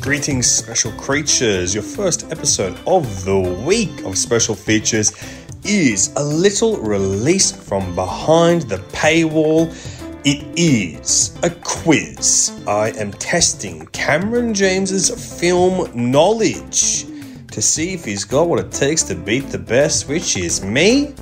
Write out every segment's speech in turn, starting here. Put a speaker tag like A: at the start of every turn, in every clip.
A: Greetings, special creatures. Your first episode of the week of special features is a little release from behind the paywall. It is a quiz. I am testing Cameron James's film knowledge to see if he's got what it takes to beat the best, which is me.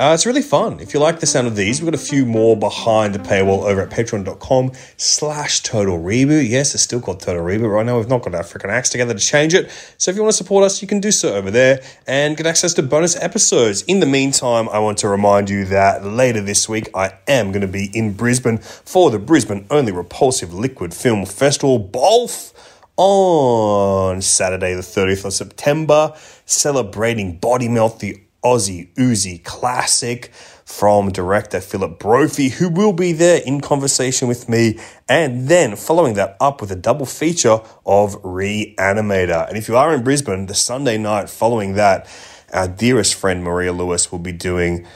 A: Uh, it's really fun. If you like the sound of these, we've got a few more behind the paywall over at patreon.com slash total reboot. Yes, it's still called total reboot. Right now, we've not got our freaking acts together to change it. So if you want to support us, you can do so over there and get access to bonus episodes. In the meantime, I want to remind you that later this week, I am going to be in Brisbane for the Brisbane Only Repulsive Liquid Film Festival, BOLF on Saturday, the 30th of September, celebrating Body Melt, the Aussie Uzi classic from director Philip Brophy, who will be there in conversation with me. And then following that up with a double feature of Reanimator. And if you are in Brisbane, the Sunday night following that, our dearest friend Maria Lewis will be doing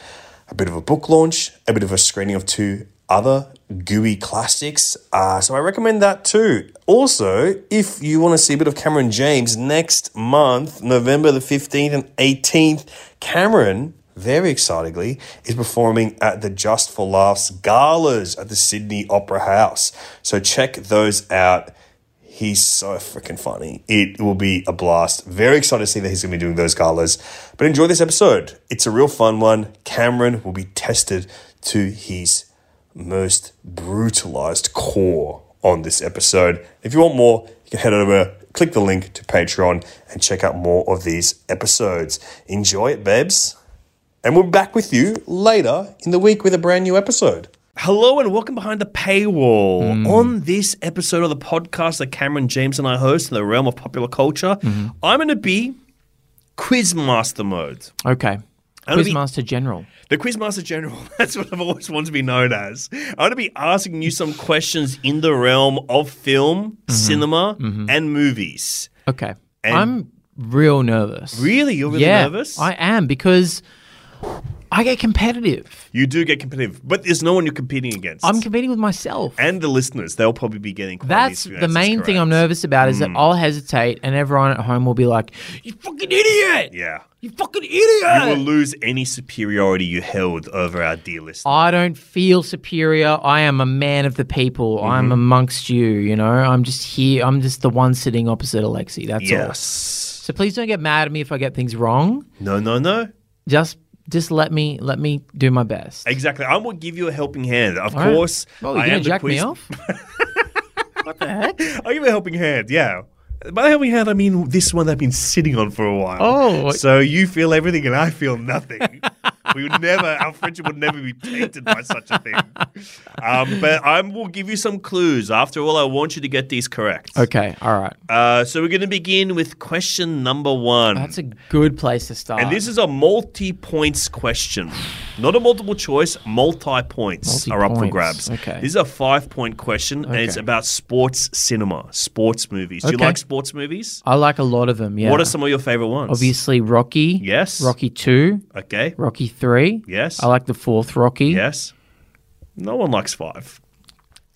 A: a bit of a book launch, a bit of a screening of two other gooey classics. Uh, so I recommend that too. Also, if you want to see a bit of Cameron James next month, November the 15th and 18th, Cameron, very excitingly, is performing at the Just for Laughs galas at the Sydney Opera House. So check those out. He's so freaking funny. It will be a blast. Very excited to see that he's going to be doing those galas. But enjoy this episode. It's a real fun one. Cameron will be tested to his most brutalized core on this episode. If you want more, you can head over, click the link to Patreon, and check out more of these episodes. Enjoy it, babes. And we're back with you later in the week with a brand new episode.
B: Hello and welcome behind the paywall.
C: Mm.
B: On this episode of the podcast that Cameron James and I host in the realm of popular culture,
C: Mm-hmm.
B: I'm going to be Quizmaster mode.
C: Okay.
B: I don't be-
C: Quizmaster General.
B: The Quizmaster General, that's what I've always wanted to be known as. I'm going to be asking you some questions in the realm of film,
C: Mm-hmm.
B: cinema, and movies.
C: Okay. I'm real nervous.
B: Really? You're really
C: yeah,
B: nervous?
C: I am because I get competitive.
B: you do get competitive, but there's no one you're competing against.
C: I'm competing with myself.
B: and the listeners, they'll probably be getting quite
C: That's
B: these
C: the main
B: answers
C: thing I'm
B: correct. Hmm.
C: nervous about is that I'll hesitate and everyone at home will be like, You fucking idiot!
B: Yeah.
C: You fucking
B: You will
C: idiot!
B: lose any superiority you held over our dear listeners.
C: I don't feel superior. I am a man of the people.
B: Mm-hmm.
C: I'm amongst you, you know? I'm just here. I'm just the one sitting opposite Alexi. That's all.
B: Yes.
C: So please don't get mad at me if I get things wrong.
B: No, no, no.
C: Just just let me let me do my best.
B: Exactly. I will give you a helping hand. Of
C: All right.
B: course.
C: Well, you're
B: I
C: gonna
B: am the
C: jack me
B: quiz-
C: off. what the heck?
B: I'll give you a helping hand, yeah. By helping hand, I mean this one that I've been sitting on for a while.
C: Oh.
B: So you feel everything and I feel nothing. we would never, our friendship would never be tainted by such a thing. Um, but I will give you some clues. After all, I want you to get these correct.
C: Okay, all right.
B: Uh, so we're going to begin with question number one.
C: That's a good place to start.
B: And this is a multi points question. Not a multiple choice, multi points are up for
C: Multi-points,
B: grabs.
C: okay.
B: This is a five point question, and it's
C: Okay.
B: about sports cinema, sports movies. Do you
C: Okay.
B: like sports movies?
C: I like a lot of them. Yeah.
B: What are some of your favorite ones?
C: Obviously, Rocky.
B: Yes.
C: Rocky two.
B: Okay.
C: Rocky three.
B: Yes.
C: I like the fourth Rocky.
B: Yes. No one likes five.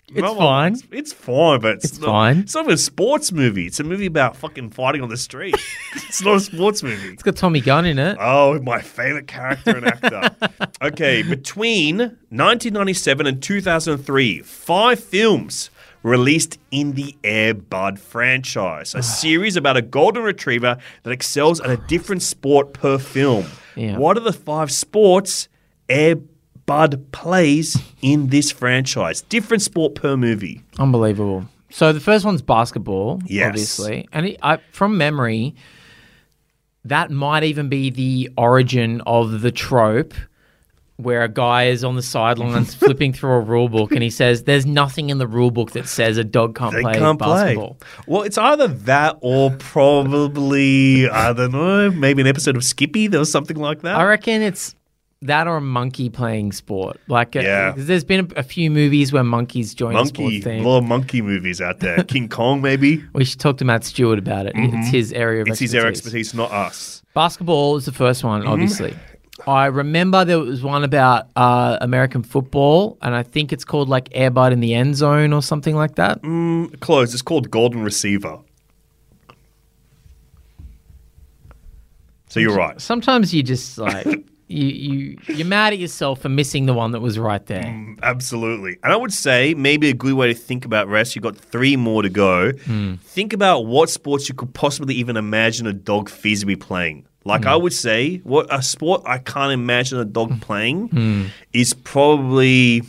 C: It's
B: No one
C: fine.
B: likes- It's fine, but it's,
C: It's
B: not,
C: fine.
B: It's not even a sports movie. It's a movie about fucking fighting on the street. it's not a sports movie.
C: It's got Tommy Gunn in it.
B: Oh, my favorite character and actor. okay, between 1997 and 2003, five films released in the Air Bud franchise, a series about a golden retriever that excels at a different sport per film.
C: Yeah.
B: What are the five sports Air Bud plays in this franchise? Different sport per movie.
C: Unbelievable. So the first one's basketball.
B: Yes.
C: Obviously, and it, I, from memory, that might even be the origin of the trope. Where a guy is on the sidelines flipping through a rule book and he says, There's nothing in the rule book that says a dog can't
B: They
C: play
B: can't
C: basketball.
B: play. Well, it's either that or probably, I don't know, maybe an episode of Skippy. There was something like that.
C: I reckon it's that or a monkey playing sport. Like, uh,
B: Yeah.
C: 'cause there's been a, a few movies where monkeys join
B: monkey,
C: the sport
B: a
C: thing.
B: lot of monkey movies out there. King Kong, maybe.
C: We should talk to Matt Stewart about it. It's his area of
B: Mm-hmm. It's
C: expertise.
B: his air expertise, not us.
C: Basketball is the first one, obviously. I remember there was one about uh, American football, and I think
B: Mm.
C: it's called like Air Bud in the End Zone or something like that.
B: Close. It's called Golden Receiver. So you're right.
C: Sometimes you just like you you you're mad at yourself for missing the one that was right
B: Mm.
C: there.
B: Absolutely. And I would say maybe a good way to think about rest, you've got three more to go.
C: Hmm.
B: Think about what sports you could possibly even imagine a dog feasibly playing. Like
C: Hmm.
B: I would say, what a sport I can't imagine a dog playing
C: Hmm.
B: is probably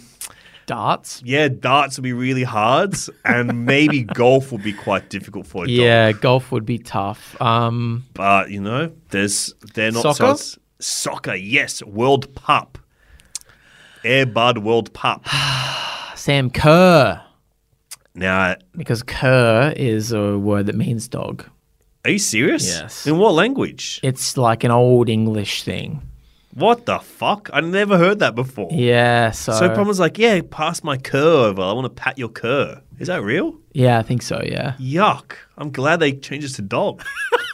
C: Darts.
B: yeah, darts would be really hard and maybe golf would be quite difficult for a dog.
C: Yeah, golf would be tough. Um,
B: But you know, there's they're not
C: Soccer?
B: so- soccer, yes, World Pup. Air Bud World Pup.
C: Sam Kerr,
B: Now
C: because Kerr is a word that means dog.
B: Are you serious?
C: Yes.
B: In what language?
C: It's like an old English thing.
B: What the fuck? I never heard that before.
C: Yeah, so,
B: So Palmer's like, yeah, pass my cur over. I want to pat your cur. Is that real?
C: yeah, I think so. Yeah,
B: Yuck. I'm glad they changed this to dog.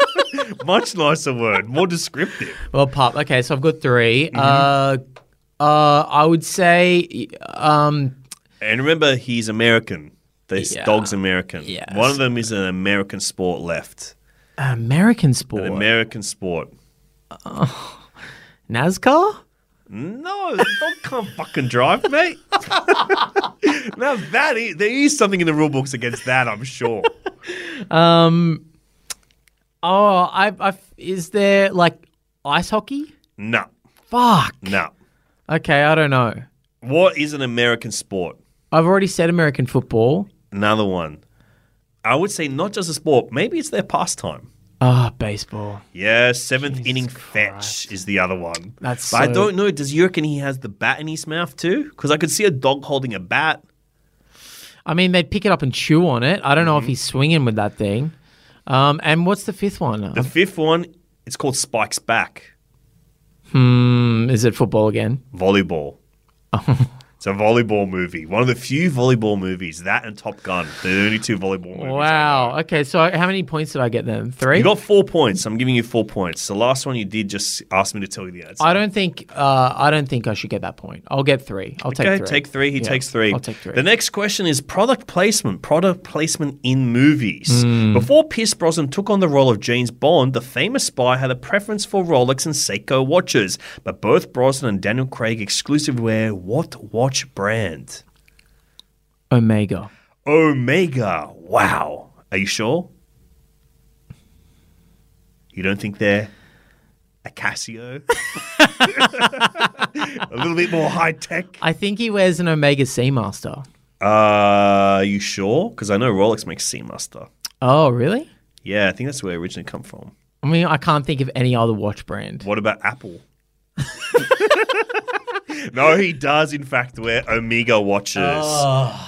B: Much nicer word, more descriptive.
C: Well, pop. Okay, so I've got 3
B: Mm-hmm.
C: Uh, uh, I would say, um,
B: And remember, he's American. This
C: Yeah.
B: dog's American.
C: Yes.
B: One of them is an American sport left.
C: American sport.
B: An American sport.
C: NASCAR.
B: No, the dog can't fucking drive, mate. now that is, there is something in the rule books against that, I'm sure.
C: Oh, I, I. Is there like ice hockey?
B: No,
C: Fuck.
B: no.
C: Okay, I don't know.
B: What is an American sport?
C: I've already said American football.
B: Another one. I would say not just a sport, maybe it's their pastime.
C: Ah, baseball.
B: Yeah, seventh
C: Jesus
B: inning
C: Christ.
B: fetch is the other one.
C: That's
B: but I
C: so-
B: don't know. Does you reckon he has the bat in his mouth too? Because I could see a dog holding a bat.
C: I mean, they'd pick it up and chew on it. I don't
B: Mm-hmm.
C: know if he's swinging with that thing. Um, and what's the fifth one?
B: The fifth one, it's called Spike's Back
C: Hmm, is it football again?
B: Volleyball. it's a volleyball movie. One of the few volleyball movies. That and Top Gun. The only two volleyball movies.
C: Wow. Okay, so how many points did I get then? Three.
B: You got four points. I'm giving you four points. The last one you did just ask me to tell you the answer.
C: I don't think uh, I don't think I should get that point. I'll get three. I'll
B: Okay,
C: take three.
B: take three. He
C: Yeah,
B: takes three.
C: I'll take three.
B: The next question is product placement. Product placement in movies.
C: Hmm.
B: Before Pierce Brosnan took on the role of James Bond, the famous spy had a preference for Rolex and Seiko watches, but both Brosnan and Daniel Craig exclusively wear what watch brand?
C: Omega.
B: Omega. Wow. Are you sure? You don't think they're a Casio? a little bit more high tech.
C: I think he wears an Omega Seamaster.
B: Uh, you sure? Because I know Rolex makes Seamaster.
C: Oh, really?
B: Yeah, I think that's where it originally come from.
C: I mean, I can't think of any other watch brand.
B: What about Apple? no, he does in fact wear Omega watches.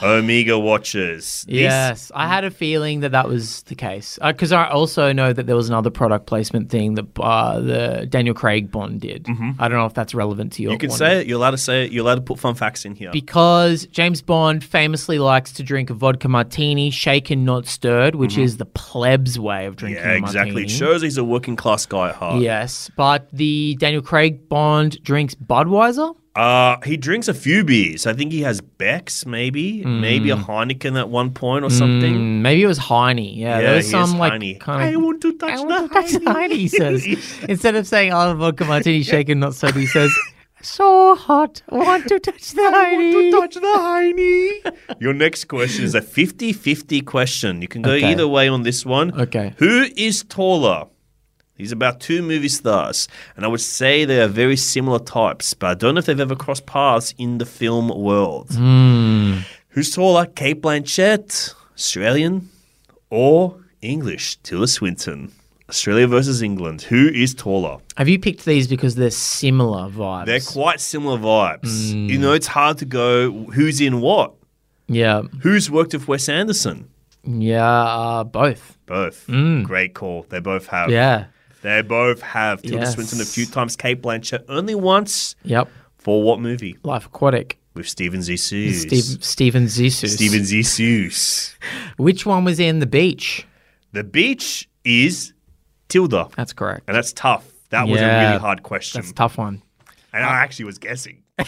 B: Omega watches. This-
C: Yes, I had a feeling that that was the case because I also know that there was another product placement thing that uh, the Daniel Craig Bond did. I don't know if that's relevant to your.
B: Mm-hmm. you can
C: one.
B: say it. You're allowed to say it. You're allowed to put fun facts in here.
C: because James Bond famously likes to drink a vodka martini, shaken not stirred, which is the plebs way of drinking.
B: Mm-hmm. yeah,
C: a
B: exactly. It
C: martini.
B: shows he's a working class guy at heart.
C: Yes, but the Daniel Craig Bond drinks Budweiser.
B: Uh, he drinks a few beers. I think he has Beck's, maybe, maybe a Heineken at one point or something.
C: Mm, Maybe it was Heine. Yeah, there
B: Yeah,
C: was
B: he
C: some
B: is
C: like
B: Heine.
C: kind of.
B: I want to touch
C: I
B: the
C: want to touch the Heine. He says instead of saying "Oh, vodka martini shaken not stirred," he says "So hot, want to touch the Heine."
B: the hiney. Your next question is a 50 50 question. You can go
C: Okay.
B: either way on this one.
C: Okay.
B: Who is taller? These are about two movie stars, and I would say they are very similar types, but I don't know if they've ever crossed paths in the film world.
C: Hmm.
B: Who's taller, Kate Blanchett, Australian, or English, Tilda Swinton? Australia versus England. Who is taller?
C: Have you picked these because they're similar vibes?
B: They're quite similar vibes.
C: Hmm.
B: You know, it's hard to go who's in what.
C: yeah,
B: Who's worked with Wes Anderson?
C: yeah, uh, both.
B: Both. Great call. They both have.
C: Mm. Yeah,
B: They both have. Tilda
C: Yes.
B: Swinton a few times, Kate Blanchett only once.
C: yep.
B: For what movie?
C: Life Aquatic.
B: With Steven Zissou.
C: Steve, Steven Zissou.
B: Steven Zissou.
C: Which one was in the beach?
B: The beach is Tilda.
C: That's correct.
B: And that's tough. That was a
C: Yeah.
B: really hard question.
C: That's a tough one.
B: And I actually was guessing.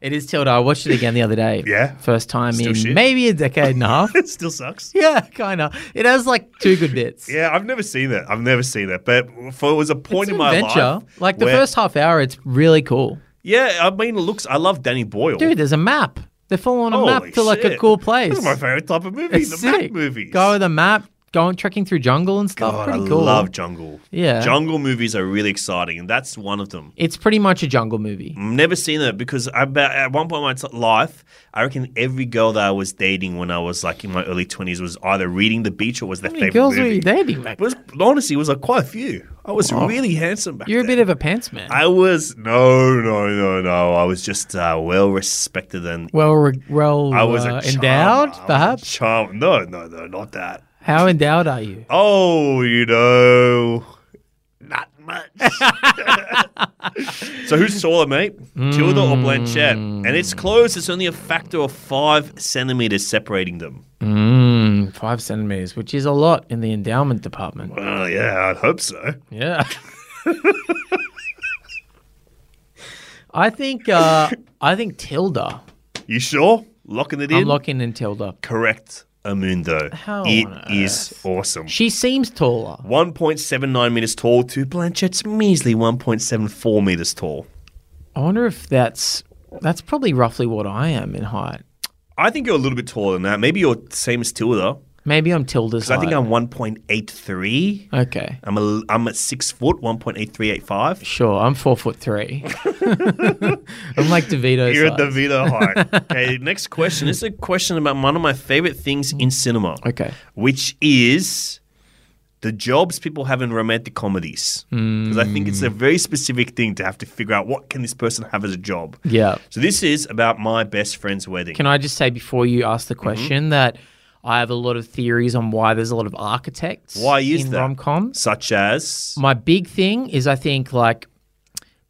C: It is Tilda. I watched it again the other day.
B: Yeah.
C: First time
B: Still
C: in
B: shit.
C: maybe a decade and a half.
B: It still sucks.
C: yeah, kind of. It has like two good bits.
B: Yeah, I've never seen that. I've never seen that. But for it was a point
C: It's
B: in
C: an
B: my
C: adventure.
B: life.
C: Like the
B: where-
C: first half hour, it's really cool.
B: Yeah, I mean, it looks. I love Danny Boyle.
C: Dude, there's a map. They're following a
B: Holy
C: map to like a
B: shit.
C: cool place.
B: This is my favorite type of movie.
C: It's
B: the
C: sick.
B: map movies.
C: Go with a map, going trekking through jungle and stuff.
B: God, I
C: Oh, pretty cool.
B: love jungle.
C: Yeah.
B: jungle movies are really exciting, and that's one of them.
C: it's pretty much a jungle movie.
B: I've never seen it because I, about at one point in my t- life, I reckon every girl that I was dating when I was like in my early twenties was either reading The Beach or was their
C: How many
B: favorite
C: girls
B: movie.
C: were you dating back
B: It was honestly it was like quite a few. I was really handsome back
C: You're a
B: then.
C: bit of a pants man.
B: I was no, no, no, no. I was just uh, well respected and
C: well, re- well,
B: I was a
C: uh,
B: charmer.
C: endowed,
B: I was a
C: perhaps.
B: Charm? No, no, no, not that.
C: How endowed are you?
B: Oh, you know, not much. so who's taller, mate? Tilda or Blanchett? And it's close. It's only a factor of five centimeters separating them.
C: Mm, five centimeters, which is a lot in the endowment department.
B: Well, yeah, I'd hope so.
C: Yeah. I think uh, I think Tilda.
B: You sure? Locking it in?
C: I'm locking in Tilda.
B: Correct, Amundo.
C: How
B: It
C: on
B: is awesome.
C: She seems taller.
B: 1.79 meters tall to Blanchett's measly 1.74 meters tall.
C: I wonder if that's that's probably roughly what I am in height.
B: I think you're a little bit taller than that. Maybe you're the same as Tilda.
C: Maybe I'm Tilda's.
B: So I think
C: height.
B: I'm 1.83.
C: okay.
B: I'm a, I'm at six foot, 1.8385.
C: Sure, I'm four foot three. I'm like DeVito.
B: You're at the Vita height. okay, next question. This is a question about one of my favorite things in cinema.
C: Okay.
B: Which is the jobs people have in romantic comedies. Because I think
C: Mm.
B: it's a very specific thing to have to figure out what can this person have as a job.
C: Yeah.
B: So this is about my best friend's wedding.
C: Can I just say before you ask
B: Mm-hmm.
C: the question that I have a lot of theories on why there's a lot of architects
B: Why is
C: in
B: that?
C: rom coms.
B: Such as
C: My big thing is I think like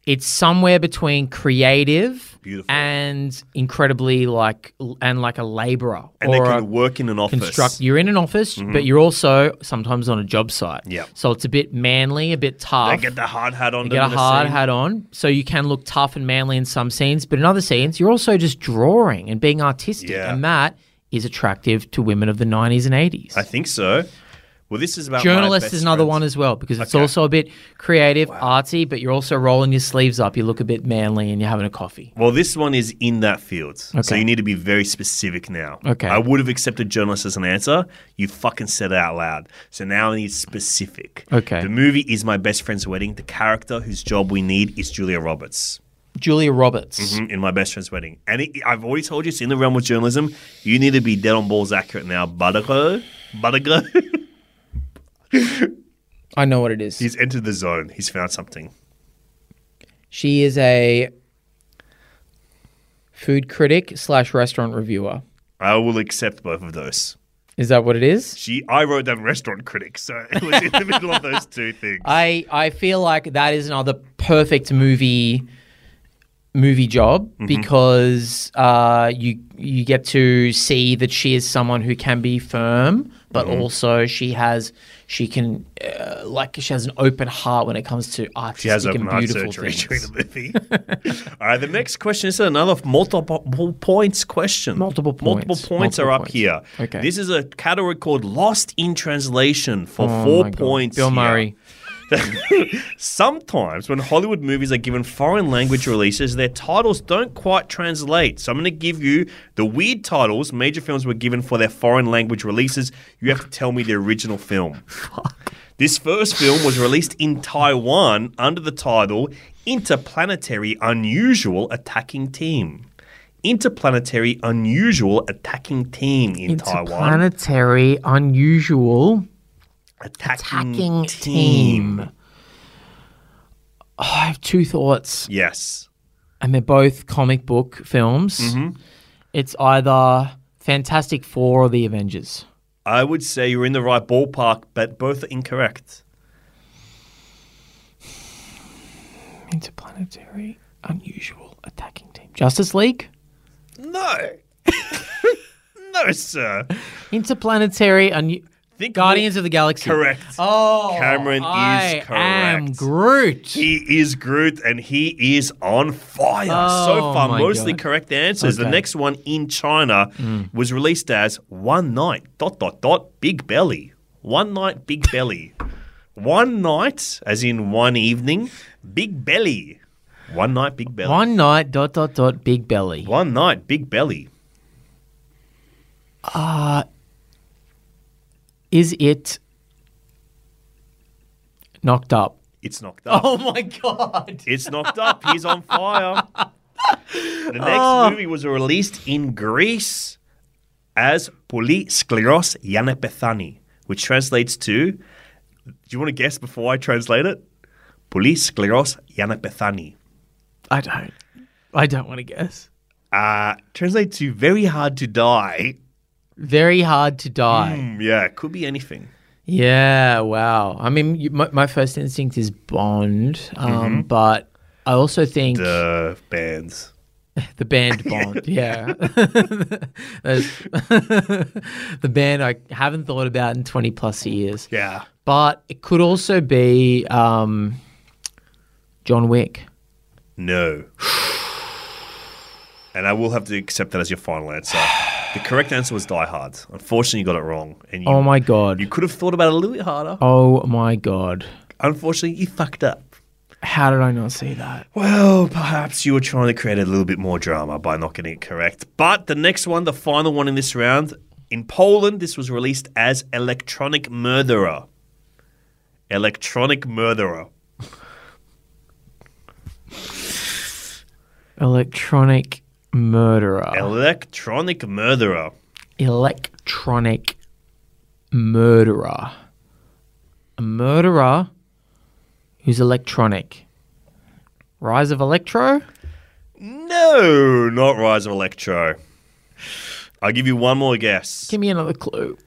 C: it's somewhere between creative
B: Beautiful.
C: and incredibly like l- and like a laborer
B: and
C: or
B: they
C: a-
B: can work in an office.
C: construct. You're in an office, but you're also sometimes on a job site.
B: Yeah.
C: So it's a bit manly, a bit tough.
B: They get the hard hat on.
C: You get a hard hat on, so you can look tough and manly in some scenes, but in other scenes, you're also just drawing and being artistic,
B: Yeah.
C: and that is attractive to women of the 90s and 80s.
B: I think so. Well, this is about my
C: Journalist
B: best
C: is another
B: friends.
C: one as well because it's
B: Okay.
C: also a bit creative, artsy, but you're also rolling your sleeves up. You look a bit manly, and you're having a coffee.
B: Well, this one is in that field, so
C: Okay.
B: you need to be very specific now.
C: Okay.
B: I would have accepted journalist as an answer. You fucking said it out loud, so now I need specific.
C: Okay.
B: The movie is my best friend's wedding. The character whose job we need is Julia Roberts Mm,
C: Julia Roberts.
B: in in my best friend's wedding, and it, I've already told you it's in the realm of journalism. You need to be dead on balls accurate now, Buttergo. Buttergo.
C: I know what it is.
B: He's entered the zone. He's found something.
C: She is a food critic slash restaurant reviewer.
B: I will accept both of those.
C: Is that what it is?
B: She, I wrote down restaurant critic, so it was in the middle of those two things.
C: I I feel like that is another perfect movie movie job
B: Mm-hmm.
C: because uh, you you get to see that she is someone who can be firm, but
B: Mm-hmm.
C: also she has she can uh, like she has an open heart when it comes to artistic
B: She has open
C: and
B: heart
C: beautiful
B: surgery during
C: things.
B: the movie. All right, the next question is another multiple points question.
C: Multiple
B: Multiple
C: points.
B: points are
C: Multiple
B: up
C: points.
B: here.
C: Okay.
B: This is a category called Lost in Translation for
C: Oh
B: four
C: my God.
B: points.
C: Bill
B: here.
C: Murray.
B: Sometimes when Hollywood movies are given foreign language releases, their titles don't quite translate. So I'm going to give you the weird titles major films were given for their foreign language releases. You have to tell me the original film. This first film was released in Taiwan under the title Interplanetary Unusual Attacking Team. Interplanetary Unusual Attacking Team in Taiwan.
C: Interplanetary, unusual.
B: Attacking,
C: attacking team. Oh, I have two thoughts,
B: Yes.
C: and they're both comic book films.
B: Mm-hmm.
C: It's either Fantastic Four or The Avengers.
B: I would say you're in the right ballpark, but both are incorrect.
C: Interplanetary, unusual attacking team. Justice League?
B: No. no, sir.
C: Interplanetary, unusual.
B: think
C: Guardians of the Galaxy.
B: correct.
C: Oh,
B: Cameron is
C: I am
B: correct.
C: Groot.
B: He is Groot and he is on fire. so
C: Oh
B: far,
C: my
B: mostly
C: God.
B: correct answers. The
C: Okay. Hmm.
B: next one in China was released as One Night, dot, dot, dot, Big Belly. One Night, Big Belly. One night, as in one evening, Big Belly. One Night, Big Belly. One,
C: One night, dot dot dot, big belly.
B: Night, Big Belly.
C: Is it knocked up?
B: It's knocked up.
C: Oh my god!
B: It's knocked up. He's on fire. The next movie was released in Greece as Polyscleros Yanepethani, which translates to. Do you want to guess before I translate it? Polyscleros Yanepethani.
C: I don't. I don't want to guess.
B: Uh, translates to very hard to die.
C: Very hard to die.
B: Hmm, yeah, it could be anything.
C: Yeah. Wow. I mean, you, my, my first instinct is Bond, um, but I also think
B: The bands.
C: the band Bond. yeah. That's- the band I haven't thought about in twenty plus years.
B: Yeah.
C: But it could also be um, John Wick.
B: No. And I will have to accept that as your final answer. The correct answer was Die Hard. Unfortunately, you got it wrong. And you,
C: Oh my god.
B: You could have thought about it a little bit harder.
C: Oh my god.
B: Unfortunately, you fucked up.
C: How did I not see that?
B: Well, perhaps you were trying to create a little bit more drama by not getting it correct. But the next one, the final one in this round, in Poland, this was released as Electronic Murderer. Electronic Murderer.
C: Electronic murderer.
B: Electronic Murderer.
C: Electronic murderer. A murderer who's electronic. Rise of Electro?
B: No, not Rise of Electro. I'll give you one more guess.
C: Give me another clue.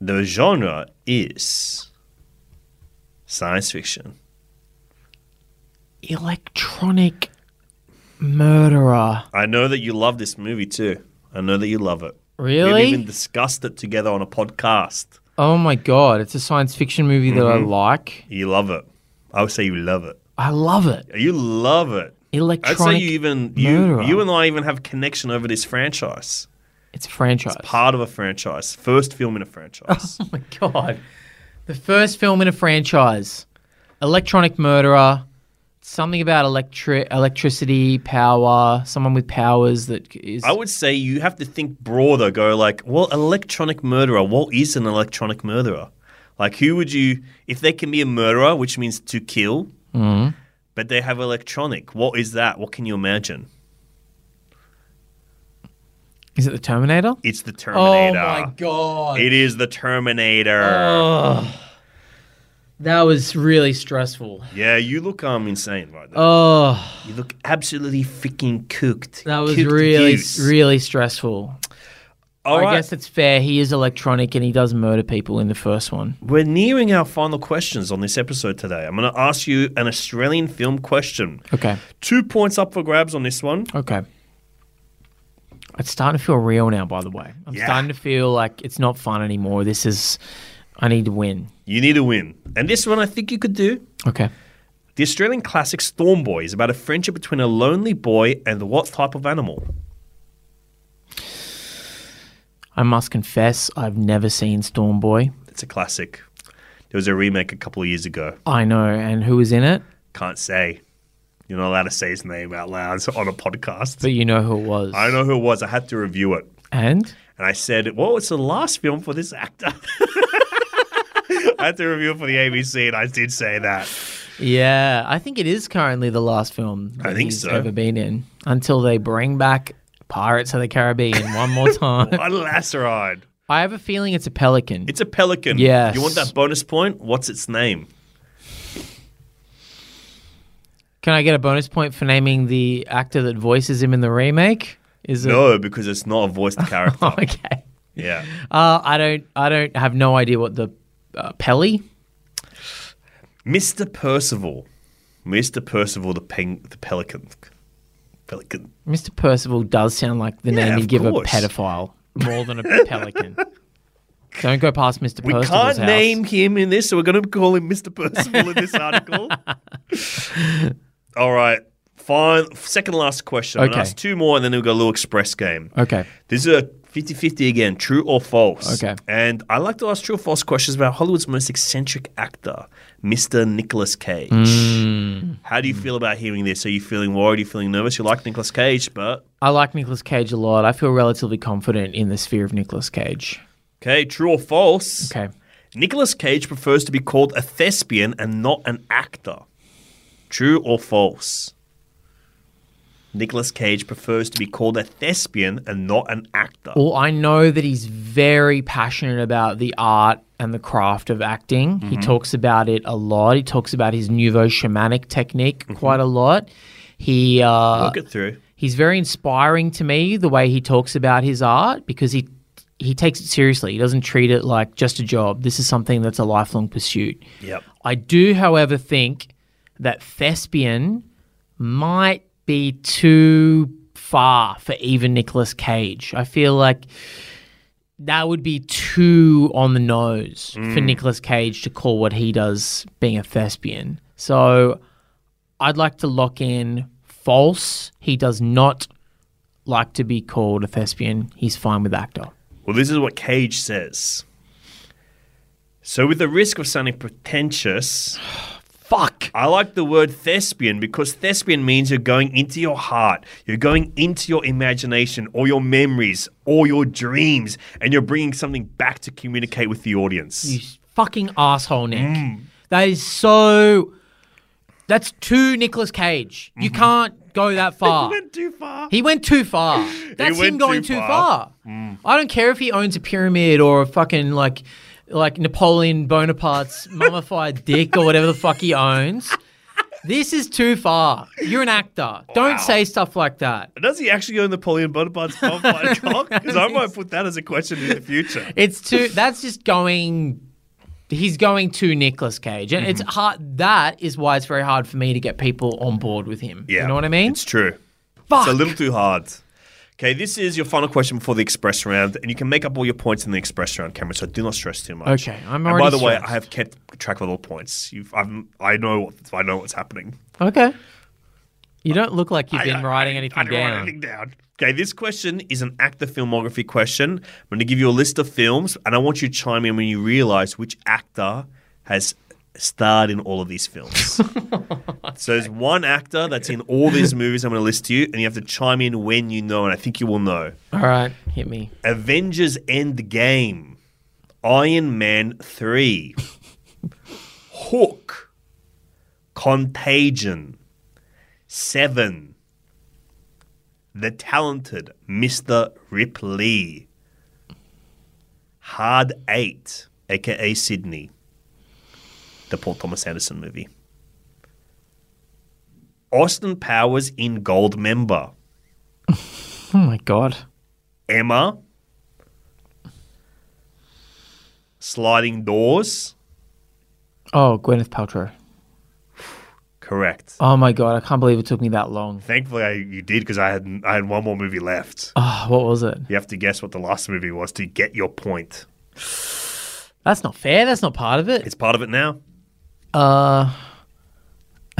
B: The genre is science fiction.
C: Electronic murderer.
B: I know that you love this movie too. I know that you love it.
C: Really?
B: We've even discussed it together on a podcast.
C: Oh my god, it's a science fiction movie that I
B: Mm-hmm.
C: like.
B: You love it. I would say you love it.
C: I love it.
B: You love it. I'd
C: Electronic.
B: say you even you,
C: murderer.
B: you and I even have connection over this franchise.
C: it's a franchise.
B: Part of a franchise. First film in a franchise.
C: Oh my god. The first film in a franchise. Electronic murderer. Something about electri- electricity, power, someone with powers that is
B: I would say you have to think broader. Go like, well, electronic murderer. What is an electronic murderer? Like, who would you, if they can be a murderer, which means to kill,
C: Mm-hmm.
B: but they have electronic? What is that? What can you imagine?
C: Is it the Terminator?
B: It's the Terminator.
C: Oh my god. Oh.
B: It is the Terminator.
C: That was really stressful.
B: Yeah, you look um insane right now.
C: Oh,
B: you look absolutely freaking cooked.
C: that was
B: Cooked
C: really
B: goose.
C: really stressful.
B: All
C: I
B: right,
C: guess it's fair. He is electronic and he does murder people in the first one.
B: we're nearing our final questions on this episode today. I'm going to ask you an Australian film question.
C: Okay.
B: Two points up for grabs on this one.
C: Okay. It's starting to feel real now, by the way. I'm
B: Yeah.
C: starting to feel like it's not fun anymore. This is, I need to win.
B: You need a win. And this one I think you could do.
C: Okay.
B: The Australian classic Storm Boy is about a friendship between a lonely boy and what type of animal?
C: I must confess, I've never seen Storm Boy.
B: It's a classic. There was a remake a couple of years ago.
C: I know. And who was in it?
B: Can't say. You're not allowed to say his name out loud on a podcast.
C: But you know who it was.
B: I know who it was. I had to review it.
C: And?
B: And I said, well, it's the last film for this actor. I had to review it for the ABC, and I did say that.
C: Yeah. I think it is currently the last film that
B: I think
C: he's
B: so.
C: ever been in until they bring back Pirates of the Caribbean one more time.
B: What a last ride.
C: I have a feeling it's a pelican.
B: It's a pelican.
C: Yes.
B: You want that bonus point? What's its name?
C: Can I get a bonus point for naming the actor that voices him in the remake? Is it?
B: No, because it's not a voiced character.
C: Okay.
B: yeah.
C: Uh, I don't. I don't have no idea what the uh, Pelly.
B: Mr. Percival. Mr. Percival the, peng- the pelican. Pelican.
C: Mr. Percival does sound like the
B: Yeah,
C: name you
B: of
C: give
B: course.
C: a pedophile more than a pelican. Don't go past Mr.
B: We
C: Percival's
B: can't
C: house.
B: name him in this, so we're going to call him Mr. Percival in this article. All right. Fine. Second last question. I'll
C: Okay.
B: ask two more, and then we'll go a little express game.
C: Okay.
B: This is a 50 50 again, true or false.
C: Okay.
B: And I like to ask true or false questions about Hollywood's most eccentric actor, Mr. Nicolas Cage.
C: Hmm.
B: How do you feel about hearing this? Are you feeling worried? Are you feeling nervous? You like Nicolas Cage, but.
C: I like Nicolas Cage a lot. I feel relatively confident in the sphere of Nicolas Cage.
B: Okay, true or false?
C: Okay.
B: Nicolas Cage prefers to be called a thespian and not an actor. True or false? Nicolas Cage prefers to be called a thespian and not an actor.
C: Well, I know that he's very passionate about the art and the craft of acting. He talks about it a lot. He talks about his nouveau shamanic technique quite a lot. He uh,
B: Look it through.
C: he's very inspiring to me the way he talks about his art because he he takes it seriously. He doesn't treat it like just a job. This is something that's a lifelong pursuit.
B: Yep.
C: I do, however, think that thespian might be too far for even Nicolas Cage. I feel like that would be too on the nose for Nicolas Cage to call what he does being a thespian. So I'd like to lock in false. He does not like to be called a thespian. He's fine with actor.
B: Well, this is what Cage says. So, with the risk of sounding pretentious,
C: Fuck.
B: I like the word thespian because thespian means you're going into your heart, you're going into your imagination or your memories or your dreams, and you're bringing something back to communicate with the audience.
C: You fucking asshole, Nick.
B: Mm.
C: That is so. That's too Nicolas Cage.
B: Mm-hmm.
C: You can't go that far.
B: too far.
C: he went too far. That's
B: went
C: him going
B: too
C: too,
B: far. Mm.
C: far. I don't care if he owns a pyramid or a fucking like, like Napoleon Bonaparte's mummified dick or whatever the fuck he owns. This is too far. You're an actor.
B: Wow.
C: Don't say stuff like that.
B: Does he actually own Napoleon Bonaparte's bonfire cock? Because I might put that as a question in the future.
C: It's too. That's just going. He's going to Nicolas Cage, and
B: Mm-hmm.
C: it's hard. That is why it's very hard for me to get people on board with him.
B: Yeah,
C: you know what I mean?
B: It's true.
C: Fuck.
B: It's a little too hard. Okay, this is your final question before the express round, and you can make up all your points in the express round, Cameron. So do not stress too much.
C: Okay, I'm
B: And by
C: already
B: the way, I
C: stressed.
B: have kept track of all points. You've, I'm, I know, what, I know what's happening.
C: okay. You don't look like you've
B: I-
C: been
B: I-
C: writing
B: I-
C: anything
B: I didn't
C: down.
B: write anything down. Okay, this question is an actor filmography question. I'm going to give you a list of films, and I want you to chime in when you realize which actor has starred in all of these films. So there's one actor that's in all these movies I'm going to list to you, and you have to chime in when you know, and I think you will know.
C: All right, hit me.
B: Avengers Endgame, Iron Man 3, Hook, Contagion, Seven, The Talented Mr. Rip Lee, Hard Eight, aka Sydney, the Paul Thomas Anderson movie, Austin Powers in Gold Member.
C: Oh my god.
B: Emma, Sliding Doors.
C: Oh, Gwyneth Paltrow.
B: Correct.
C: Oh my god, I can't believe it took me that long.
B: Thankfully, I, you did because I had I had one more movie left.
C: Oh, what was it?
B: You have to guess what the last movie was to get your point.
C: That's not fair. That's not part of it.
B: It's part of it now.
C: Uh,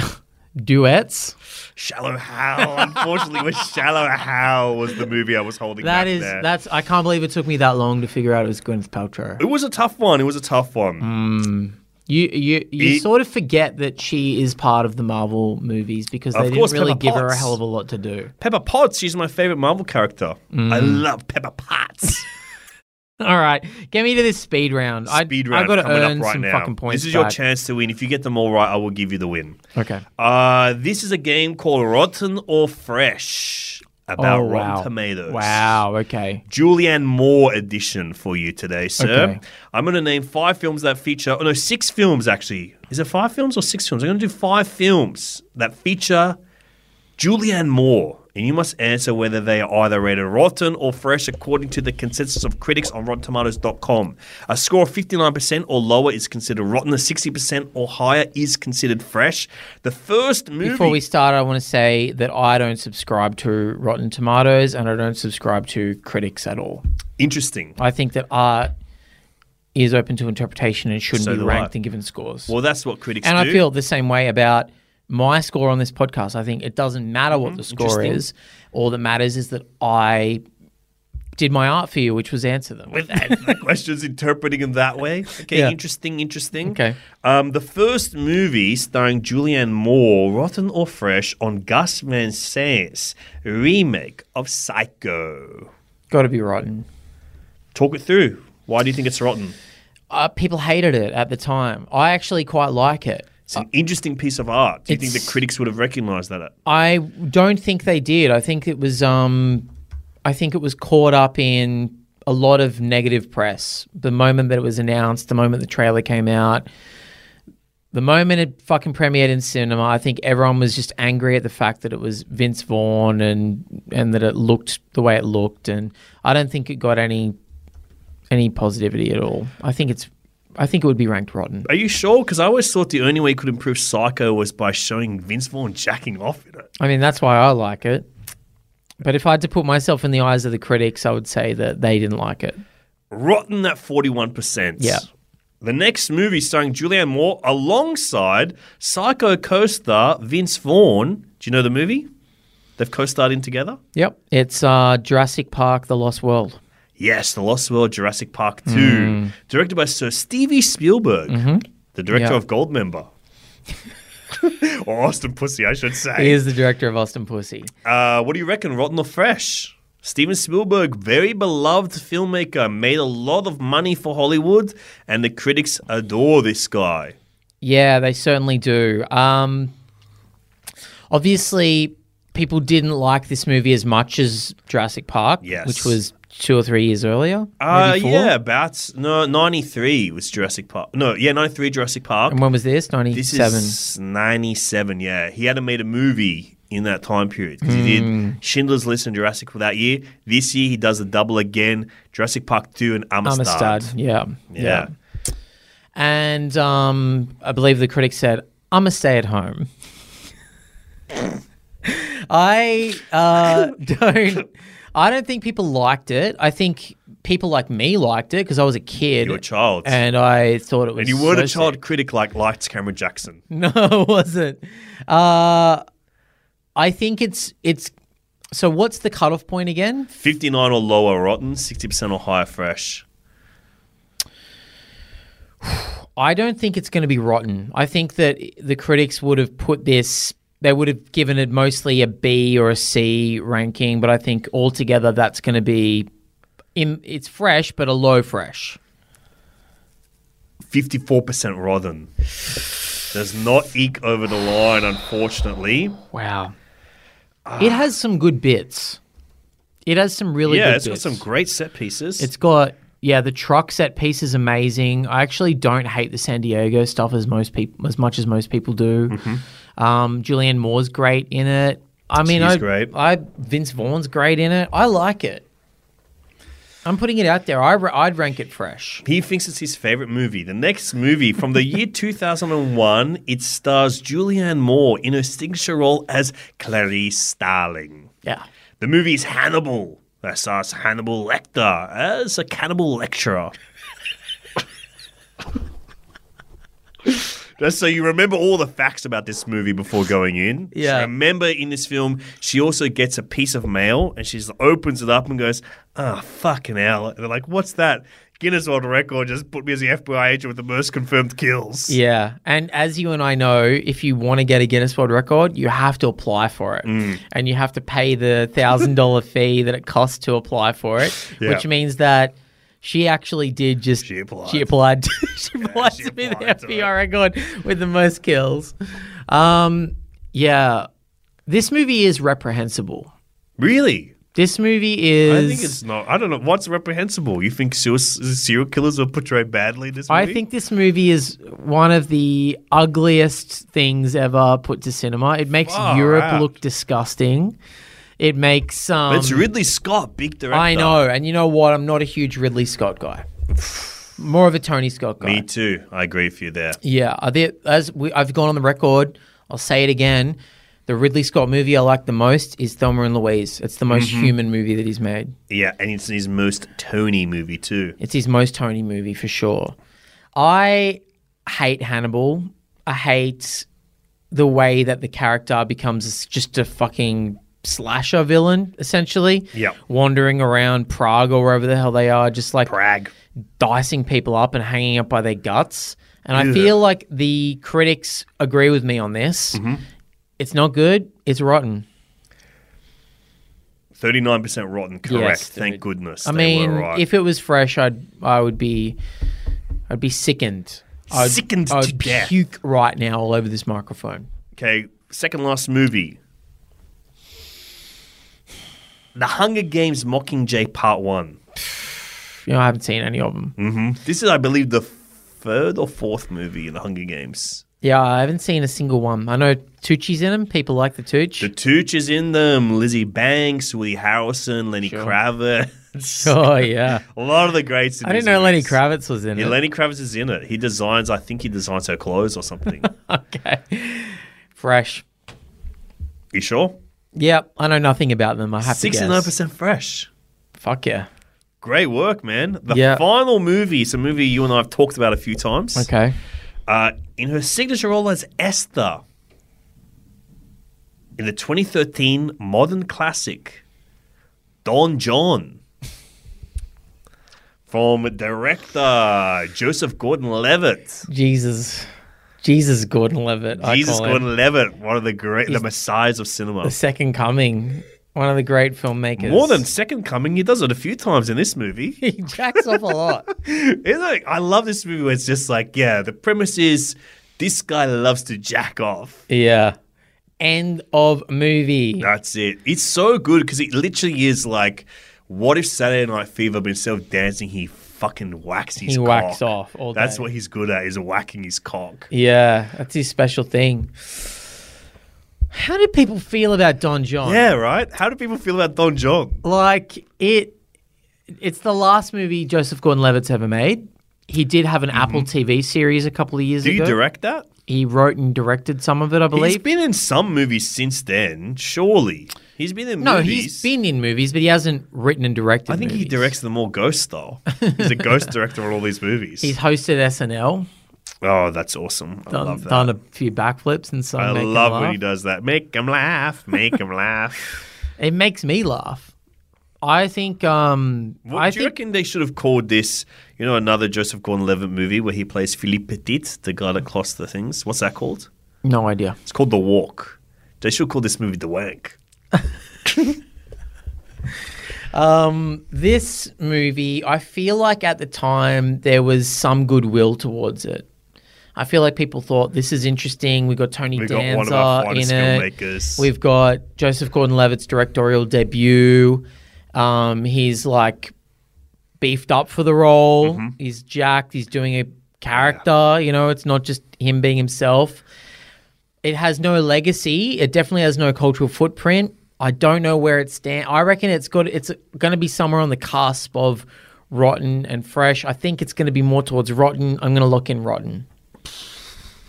C: duets.
B: Shallow Hal. Unfortunately, was Shallow Hal was the movie I was holding.
C: That
B: back
C: is.
B: there.
C: That's. I can't believe it took me that long to figure out it was Gwyneth Paltrow.
B: It was a tough one. It was a tough one.
C: Mm. You you you
B: It-
C: sort of forget that she is part of the Marvel movies because
B: Of
C: they didn't
B: course,
C: really
B: Pepper
C: give her a
B: Potts.
C: hell of a lot to do.
B: Pepper Potts. She's my favorite Marvel character. I
C: Mm.
B: love Pepper Potts.
C: All right, get me to this speed round.
B: Speed
C: I,
B: round
C: I got to
B: coming
C: earn
B: up right
C: some
B: now.
C: fucking points.
B: This is your
C: back.
B: chance to win. If you get them all right, I will give you the win.
C: Okay.
B: Uh, this is a game called Rotten or Fresh about
C: oh
B: Rotten
C: wow.
B: Tomatoes.
C: Wow. Okay.
B: Julianne Moore edition for you today, sir.
C: Okay.
B: I'm going to name five films that feature, oh no, six films actually. Is it five films or six films? I'm going to do five films that feature Julianne Moore. And you must answer whether they are either rated rotten or fresh according to the consensus of critics on RottenTomatoes.com. A score of 59% or lower is considered rotten, a 60% or higher is considered fresh. The first movie.
C: Before we start, I want to say that I don't subscribe to Rotten Tomatoes and I don't subscribe to critics at all.
B: Interesting.
C: I think that art is open to interpretation and shouldn't
B: So
C: be
B: do I.
C: ranked and given scores.
B: Well, that's what critics
C: and
B: do.
C: I feel the same way about my score on this podcast. I think it doesn't matter what the score
B: interesting.
C: is. All that matters is that I did my art for you, which was answer them.
B: with that, the questions interpreting them that way. Okay,
C: Yeah.
B: interesting, interesting.
C: Okay.
B: Um, the first movie starring Julianne Moore, rotten or fresh, on Gus Van Sant's remake of Psycho.
C: Got to be rotten.
B: Talk it through. Why do you think it's rotten?
C: Uh, people hated it at the time. I actually quite like it.
B: It's an interesting piece of art. Do you think the
C: Uh, It's-
B: critics would have recognized that?
C: I don't think they did. I think it was um I think it was caught up in a lot of negative press. The moment that it was announced, the moment the trailer came out, the moment it fucking premiered in cinema, I think everyone was just angry at the fact that it was Vince Vaughn and and that it looked the way it looked and I don't think it got any any positivity at all. I think it's I think it would be ranked rotten.
B: Are you sure? Because I always thought the only way you could improve Psycho was by showing Vince Vaughn jacking off in it.
C: I mean, that's why I like it. But if I had to put myself in the eyes of the critics, I would say that they didn't like it.
B: Rotten at 41%.
C: Yeah.
B: The next movie starring Julianne Moore alongside Psycho co star Vince Vaughn. Do you know the movie? They've co starred in together?
C: Yep. It's uh, Jurassic Park The Lost World.
B: Yes, The Lost World Jurassic Park 2.
C: Mm.
B: Directed by Sir Stevie Spielberg, the director
C: Mm-hmm. Yeah.
B: of Goldmember. or Austin Pussy, I should say.
C: He is the director of Austin Pussy.
B: Uh, what do you reckon, Rotten or Fresh? Steven Spielberg, very beloved filmmaker, made a lot of money for Hollywood, and the critics adore this guy.
C: Yeah, they certainly do. Um, obviously, people didn't like this movie as much as Jurassic Park,
B: Yes.
C: which was two or three years earlier.
B: Uh,
C: maybe four.
B: yeah, about no ninety three was Jurassic Park. No, yeah, ninety three Jurassic Park.
C: And when was this? 97.
B: This is ninety seven. Yeah, he hadn't made a movie in that time period 'cause he
C: Hmm.
B: did Schindler's List and Jurassic for that year. This year he does a double again, Jurassic Park two and Amistad.
C: Amistad. Yeah.
B: yeah.
C: And um, I believe the critic said, I'm a stay at home. I uh, don't. I don't think people liked it. I think people like me liked it because I was a kid.
B: you were a child, and,
C: And I thought it was.
B: you weren't
C: so
B: a child critic like Lights Camera Jackson.
C: sick. No, I wasn't. Uh, I think it's it's. So what's the cutoff point again?
B: 59 or lower rotten, 60% or higher fresh.
C: I don't think it's going to be rotten. I think that the critics would have put this, they would have given it mostly a B or a C ranking, but I think altogether that's going to be, im- it's fresh, but a low fresh.
B: 54% rotten. Does not eke over the line, unfortunately.
C: Wow. it has some good bits. It has some really
B: yeah,
C: good
B: it's got
C: bits.
B: some great set pieces.
C: It's got, yeah, the truck set piece is amazing. I actually don't hate the San Diego stuff as most people, as much as most people do. Um, Julianne Moore's great in it. I mean,
B: Mm-hmm. She's
C: I,
B: great.
C: I Vince Vaughn's great in it. I like it. I'm putting it out there. I, ra- I'd rank it fresh.
B: he thinks it's his favorite movie. The next movie from the year 2001, it stars Julianne Moore in her signature role as Clarice Starling.
C: Yeah.
B: The movie is Hannibal. That stars Hannibal Lecter as a cannibal lecturer. Just so you remember all the facts about this movie before going in.
C: Yeah.
B: So Remember in this film, she also gets a piece of mail and she opens it up and goes, oh, fucking hell. And they're like, what's that? Guinness World Record just put me as the FBI agent with the most confirmed kills.
C: Yeah. And as you and I know, if you want to get a Guinness World Record, you have to apply for it.
B: Mm.
C: And you have to pay the $1,000 fee that it costs to apply for it,
B: Yeah.
C: which means that she actually did just.
B: She applied.
C: She applied, to, she applied
B: she
C: to be
B: applied
C: the
B: to
C: FBI record with the most kills. Um, yeah. This movie is reprehensible.
B: Really?
C: This movie is.
B: I think it's not. I don't know. What's reprehensible? You think sui- serial killers were portrayed badly in this movie?
C: I think this movie is one of the ugliest things ever put to cinema. It makes
B: Far
C: Europe
B: out.
C: look disgusting. It makes um,
B: It's Ridley Scott, big director.
C: I know, and you know what? I'm not a huge Ridley Scott guy. More of a Tony Scott guy.
B: Me too. I agree with you there.
C: Yeah, are there, as we, I've gone on the record, I'll say it again. The Ridley Scott movie I like the most is Thelma and Louise. It's the most
B: Mm-hmm.
C: human movie that he's made.
B: Yeah, and it's his most Tony movie too.
C: It's his most Tony movie for sure. I hate Hannibal. I hate the way that the character becomes just a fucking slasher villain, essentially.
B: Yep.
C: Wandering around Prague or wherever the hell they are, just like
B: Brag.
C: dicing people up and hanging up by their guts. And I feel like the critics agree with me on this. It's not good. It's rotten.
B: 39% rotten, correct.
C: Yes,
B: Thank
C: dude.
B: goodness.
C: I
B: they
C: mean,
B: were right.
C: if it was fresh, I'd I would be, I'd be sickened. I'd,
B: Sickened
C: I'd
B: to death.
C: puke right now all over this microphone.
B: Okay, second last movie. The Hunger Games Mockingjay Part 1.
C: You know, I haven't seen any of them.
B: Mm. This is, I believe, the third or fourth movie in the Hunger Games.
C: Yeah, I haven't seen a single one. I know Tucci's in them. People like the Tucci.
B: The Tooch is in them Lizzie Banks, Woody Harrelson, Lenny Kravitz.
C: oh yeah,
B: A lot of the greats. In
C: I didn't
B: these
C: know Lenny
B: movies.
C: Kravitz was in
B: Yeah,
C: it.
B: Lenny Kravitz is in it. He designs, I think he designs her clothes or something.
C: okay, fresh.
B: you sure?
C: Yep, I know nothing about them. I have to guess.
B: 69% fresh.
C: Fuck yeah.
B: Great work, man. The
C: Yeah.
B: final movie is a movie you and I have talked about a few times.
C: Okay.
B: Uh, in her signature role as Esther in the 2013 modern classic Don John from director Joseph Gordon Levitt.
C: Jesus, Jesus Gordon Levitt. I
B: Jesus
C: call him.
B: Gordon Levitt, one of the great, the messiahs of cinema.
C: the second coming. One of the great filmmakers.
B: More than Second Coming, he does it a few times in this movie.
C: he jacks off a lot.
B: It's like, I love this movie where it's just like, yeah, the premise is this guy loves to jack off.
C: Yeah. End of movie.
B: That's it. It's so good because it literally is like, what if Saturday Night Fever, but instead of dancing, he fucking whacks his
C: He
B: cock.
C: whacks off all
B: That's
C: day.
B: what he's good at, is whacking his cock.
C: Yeah, that's his special thing. How did people feel about Don John?
B: Yeah, right? How do people feel about Don John?
C: Like it it's the last movie Joseph Gordon Levitt's ever made. He did have an Apple TV series a couple of years
B: Do you
C: ago.
B: Mm-hmm. direct that?
C: he wrote and directed some of it, I
B: He's
C: believe.
B: been in some movies since then, surely. He's been in
C: no,
B: movies.
C: he's been in movies, but he hasn't written and directed.
B: I think he
C: movies.
B: directs them all ghost style. He's a ghost director on all these movies.
C: He's hosted SNL,
B: oh, that's awesome. I
C: done,
B: love that.
C: done a few backflips and some.
B: I
C: make him
B: love when
C: laugh.
B: he does that. Make him laugh. Make him laugh.
C: It makes me laugh. I think. Um,
B: What,
C: I
B: do you
C: think.
B: reckon they should have called this, you know, another Joseph Gordon-Levitt movie where he plays Philippe Petit, the guy that crossed the things? What's that called?
C: No idea.
B: It's called The Walk. They should call this movie The Wank.
C: Um, This movie, I feel like at the time there was some goodwill towards it. I feel like people thought this is interesting. We got Tony
B: We got one
C: Danza
B: of our
C: in
B: finest
C: it.
B: filmmakers.
C: We've got Joseph Gordon-Levitt's directorial debut. Um, he's like beefed up for the role.
B: Mm-hmm.
C: He's jacked. He's doing a character. You know, it's not just him being himself. It has no legacy. It definitely has no cultural footprint. I don't know where it stands. I reckon it's got it's going to be somewhere on the cusp of rotten and fresh. I think it's going to be more towards rotten. I'm going to lock in rotten.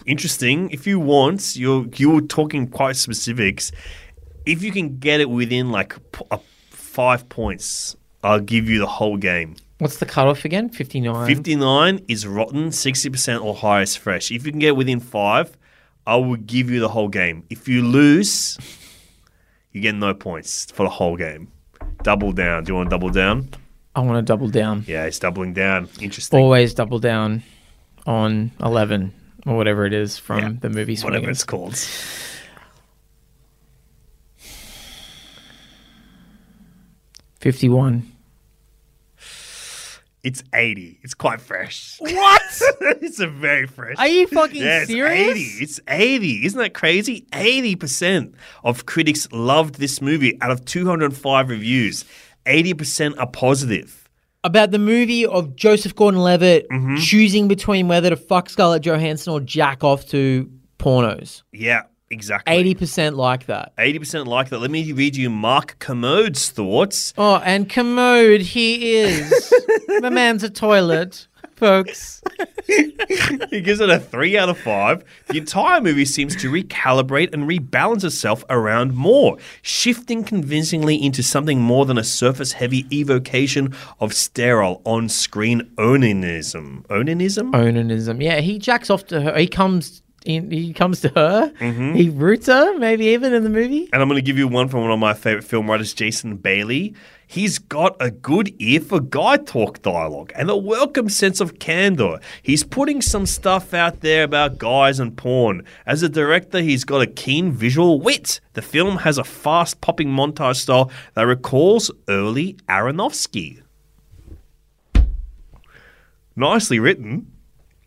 B: Interesting. If you want, you're you're talking quite specifics. If you can get it within like p- uh, five points, I'll give you the whole game.
C: What's the cutoff again? Fifty nine.
B: 59 is rotten, 60% or higher is fresh. If you can get within five, I will give you the whole game. If you lose, you get no points for the whole game. Double down. Do you want to double down?
C: I want to double down.
B: Yeah, it's doubling down. Interesting.
C: Always double down on eleven or whatever it is from
B: Yeah,
C: the movie.
B: Whatever
C: Swingers.
B: it's called.
C: Fifty one.
B: It's 80. It's quite fresh. What? it's a very fresh.
C: Are you fucking
B: Yeah, it's
C: serious?
B: 80. It's 80. Isn't that crazy? 80% of critics loved this movie out of 205 reviews. 80% are positive.
C: About the movie of Joseph Gordon-Levitt
B: Mm-hmm.
C: choosing between whether to fuck Scarlett Johansson or jack off to pornos.
B: Yeah, exactly.
C: Eighty percent like that.
B: 80% like that. Let me read you Mark Commode's thoughts.
C: Oh, and commode, he is. the man's a toilet. folks.
B: He gives it a three out of five. The entire movie seems to recalibrate and rebalance itself around Moore, shifting convincingly into something more than a surface heavy evocation of sterile on screen onanism. Onanism?
C: Onanism. Yeah, he jacks off to her. He comes in. He comes to her.
B: Mm-hmm.
C: He roots her. Maybe even in the movie.
B: And I'm going to give you one from one of my favorite film writers, Jason Bailey. He's got a good ear for guy talk dialogue and a welcome sense of candor. He's putting some stuff out there about guys and porn. As a director, he's got a keen visual wit. The film has a fast popping montage style that recalls early Aronofsky. Nicely written.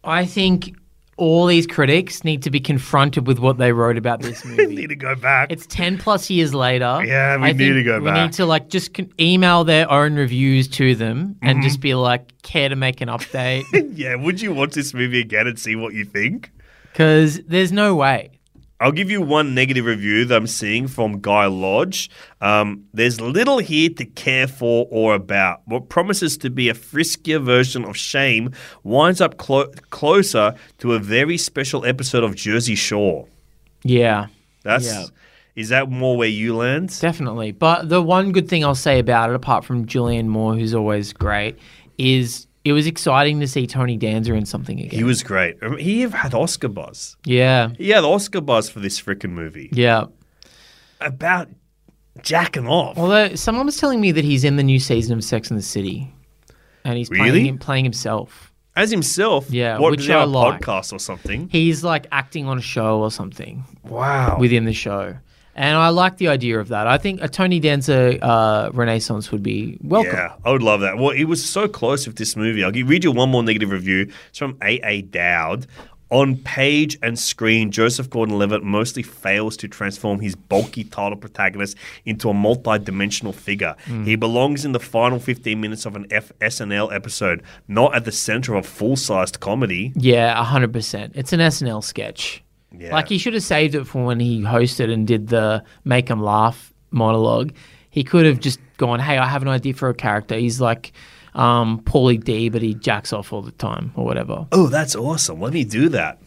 C: I think all these critics need to be confronted with what they wrote about this movie.
B: Need to go back.
C: It's 10 plus years later.
B: Yeah, we
C: I
B: need
C: think
B: to go
C: we
B: back.
C: need to like just con- email their own reviews to them
B: Mm-hmm.
C: and just be like, care to make an update?
B: yeah, would you watch this movie again and see what you think?
C: Because there's no way.
B: I'll give you one negative review that I'm seeing from Guy Lodge. Um, There's little here to care for or about. What promises to be a friskier version of Shame winds up clo- closer to a very special episode of Jersey Shore.
C: Yeah,
B: That's
C: Yeah.
B: is that more where you land?
C: definitely. But the one good thing I'll say about it, apart from Julianne Moore, who's always great, is it was exciting to see Tony Danza in something again.
B: He was great. Remember, He had Oscar buzz.
C: yeah,
B: He had Oscar buzz for this freaking movie
C: yeah.
B: about jacking off.
C: Although someone was telling me that he's in the new season of Sex and the City, and he's
B: Really?
C: playing, playing himself.
B: As himself,
C: Yeah,
B: what,
C: which
B: is that,
C: I
B: a
C: like.
B: podcast or something?
C: He's like acting on a show or something.
B: Wow.
C: within the show. And I like the idea of that. I think a Tony Danza uh, renaissance would be welcome.
B: Yeah, I would love that. Well, it was so close with this movie. I'll gi- read you one more negative review. It's from A.A. Dowd. On page and screen, Joseph Gordon Levitt mostly fails to transform his bulky title protagonist into a multi dimensional figure. He belongs in the final 15 minutes of an F- SNL episode, not at the center of a full sized comedy.
C: Yeah, 100%. It's an SNL sketch.
B: Yeah.
C: Like he should have saved it for when he hosted and did the make him laugh monologue. He could have just gone, hey, I have an idea for a character. He's like um, Paulie D, but he jacks off all the time or whatever.
B: Oh, that's awesome. Let me do that.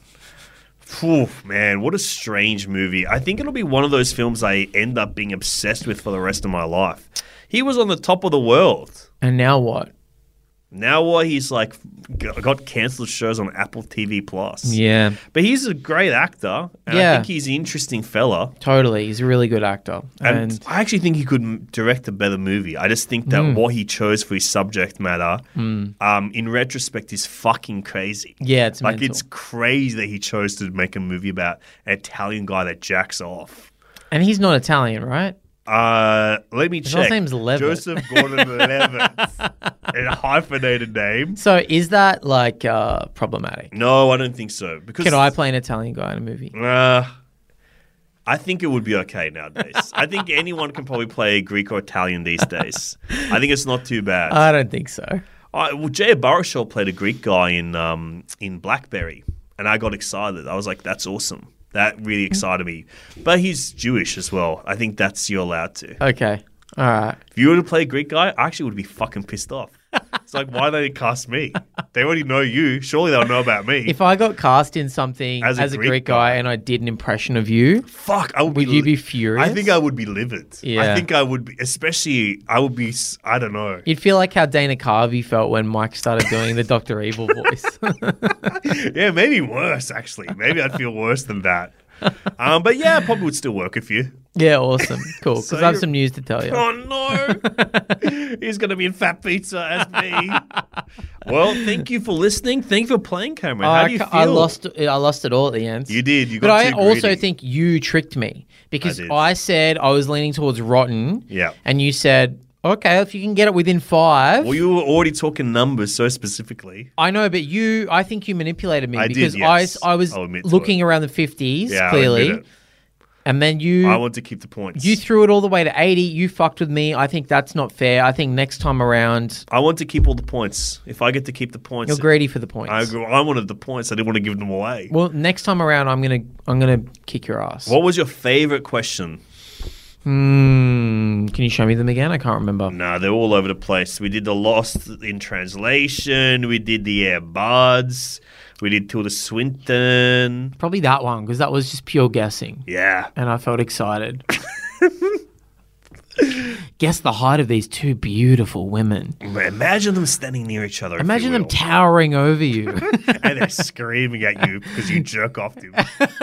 B: Phew, man, what a strange movie. I think it'll be one of those films I end up being obsessed with for the rest of my life. He was on the top of the world.
C: And now what?
B: Now what? He's like g- got cancelled shows on Apple TV Plus.
C: Yeah.
B: But he's a great actor, and I
C: Yeah.
B: think he's an interesting fella.
C: Totally. He's a really good actor.
B: And,
C: And, Mm.
B: I actually think he could m- direct a better movie. I just think that what he chose for his subject matter, um, in retrospect, is fucking crazy.
C: yeah, it's
B: like
C: mental.
B: it's crazy that he chose to make a movie about an Italian guy that jacks off.
C: and he's not Italian, right?
B: Uh, let me check.
C: last name's Levitt.
B: Joseph Gordon Levitt. a hyphenated name.
C: So is that like uh, problematic?
B: No, I don't think so. Because
C: Could I play an Italian guy in a movie?
B: Uh, I think it would be okay nowadays. I think anyone can probably play Greek or Italian these days. I think it's not too bad.
C: I don't think so.
B: I, well, Jay Baruchel played a Greek guy in um, in Blackberry, and I got excited. I was like, "That's awesome! That really excited me." But he's Jewish as well. I think that's you're allowed to.
C: Okay. All right.
B: If you were to play a Greek guy, I actually would be fucking pissed off. It's like, why they cast me? They already know you. Surely they'll know about me.
C: If I got cast in something as a, Greek, guy, and I did an impression of you,
B: Fuck, I would,
C: would
B: be,
C: you be
B: li-
C: furious?
B: I think I would be livid. I
C: Yeah.
B: think I would be, especially. I would be. s- I don't know.
C: You'd feel like how Dana Carvey felt when Mike started doing the Doctor Evil voice.
B: yeah, maybe worse. Actually, maybe I'd feel worse than that. Um, but yeah, I probably would still work if you.
C: yeah, awesome, cool. Because
B: So
C: I have
B: you're-
C: some news to tell you.
B: Oh no! He's going to be in Fat Pizza as me. well, thank you for listening. Thank you for playing, Cameron. How
C: I,
B: do you
C: ca-
B: feel?
C: I lost. I lost it all at the end.
B: You did. You
C: but
B: got
C: I
B: too
C: also
B: greedy.
C: think you tricked me because
B: I
C: I,
B: did.
C: said I was leaning towards rotten.
B: Yeah.
C: And you said, okay, if you can get it within five.
B: Well, you were already talking numbers so specifically.
C: I know, but you, I think you manipulated me
B: I did,
C: because
B: yes.
C: I, I was
B: I'll admit to
C: looking around the 50s,
B: Yeah, I'll admit
C: clearly.
B: it.
C: And then you,
B: I want to keep the points.
C: you threw it all the way to 80. You fucked with me. I think that's not fair. I think next time around,
B: I want to keep all the points. If I get to keep the points,
C: you're greedy for the points.
B: I, I wanted the points. I didn't want to give them away.
C: Well, next time around, I'm gonna, I'm gonna kick your ass.
B: What was your favorite question?
C: Mm, can you show me them again? I can't remember.
B: No, they're all over the place. We did the Lost in Translation. We did the Air Buds. We did Tilda Swinton.
C: Probably that one because that was just pure guessing,
B: Yeah.
C: and I felt excited. Guess the height of these two beautiful women.
B: Imagine them standing near each other. if you
C: Imagine them
B: will.
C: towering over you.
B: and they're screaming at you because you jerk off to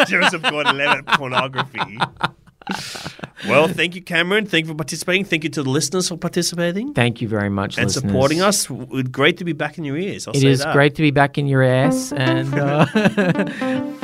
B: Joseph Gordon-Levitt pornography. Well, thank you, Cameron. Thank you for participating. Thank you to the listeners for participating
C: Thank you very much,
B: and
C: listeners.
B: supporting us. W- Great to be back in your ears. I'll
C: It
B: say
C: is
B: that.
C: great to be back in your ass, and uh,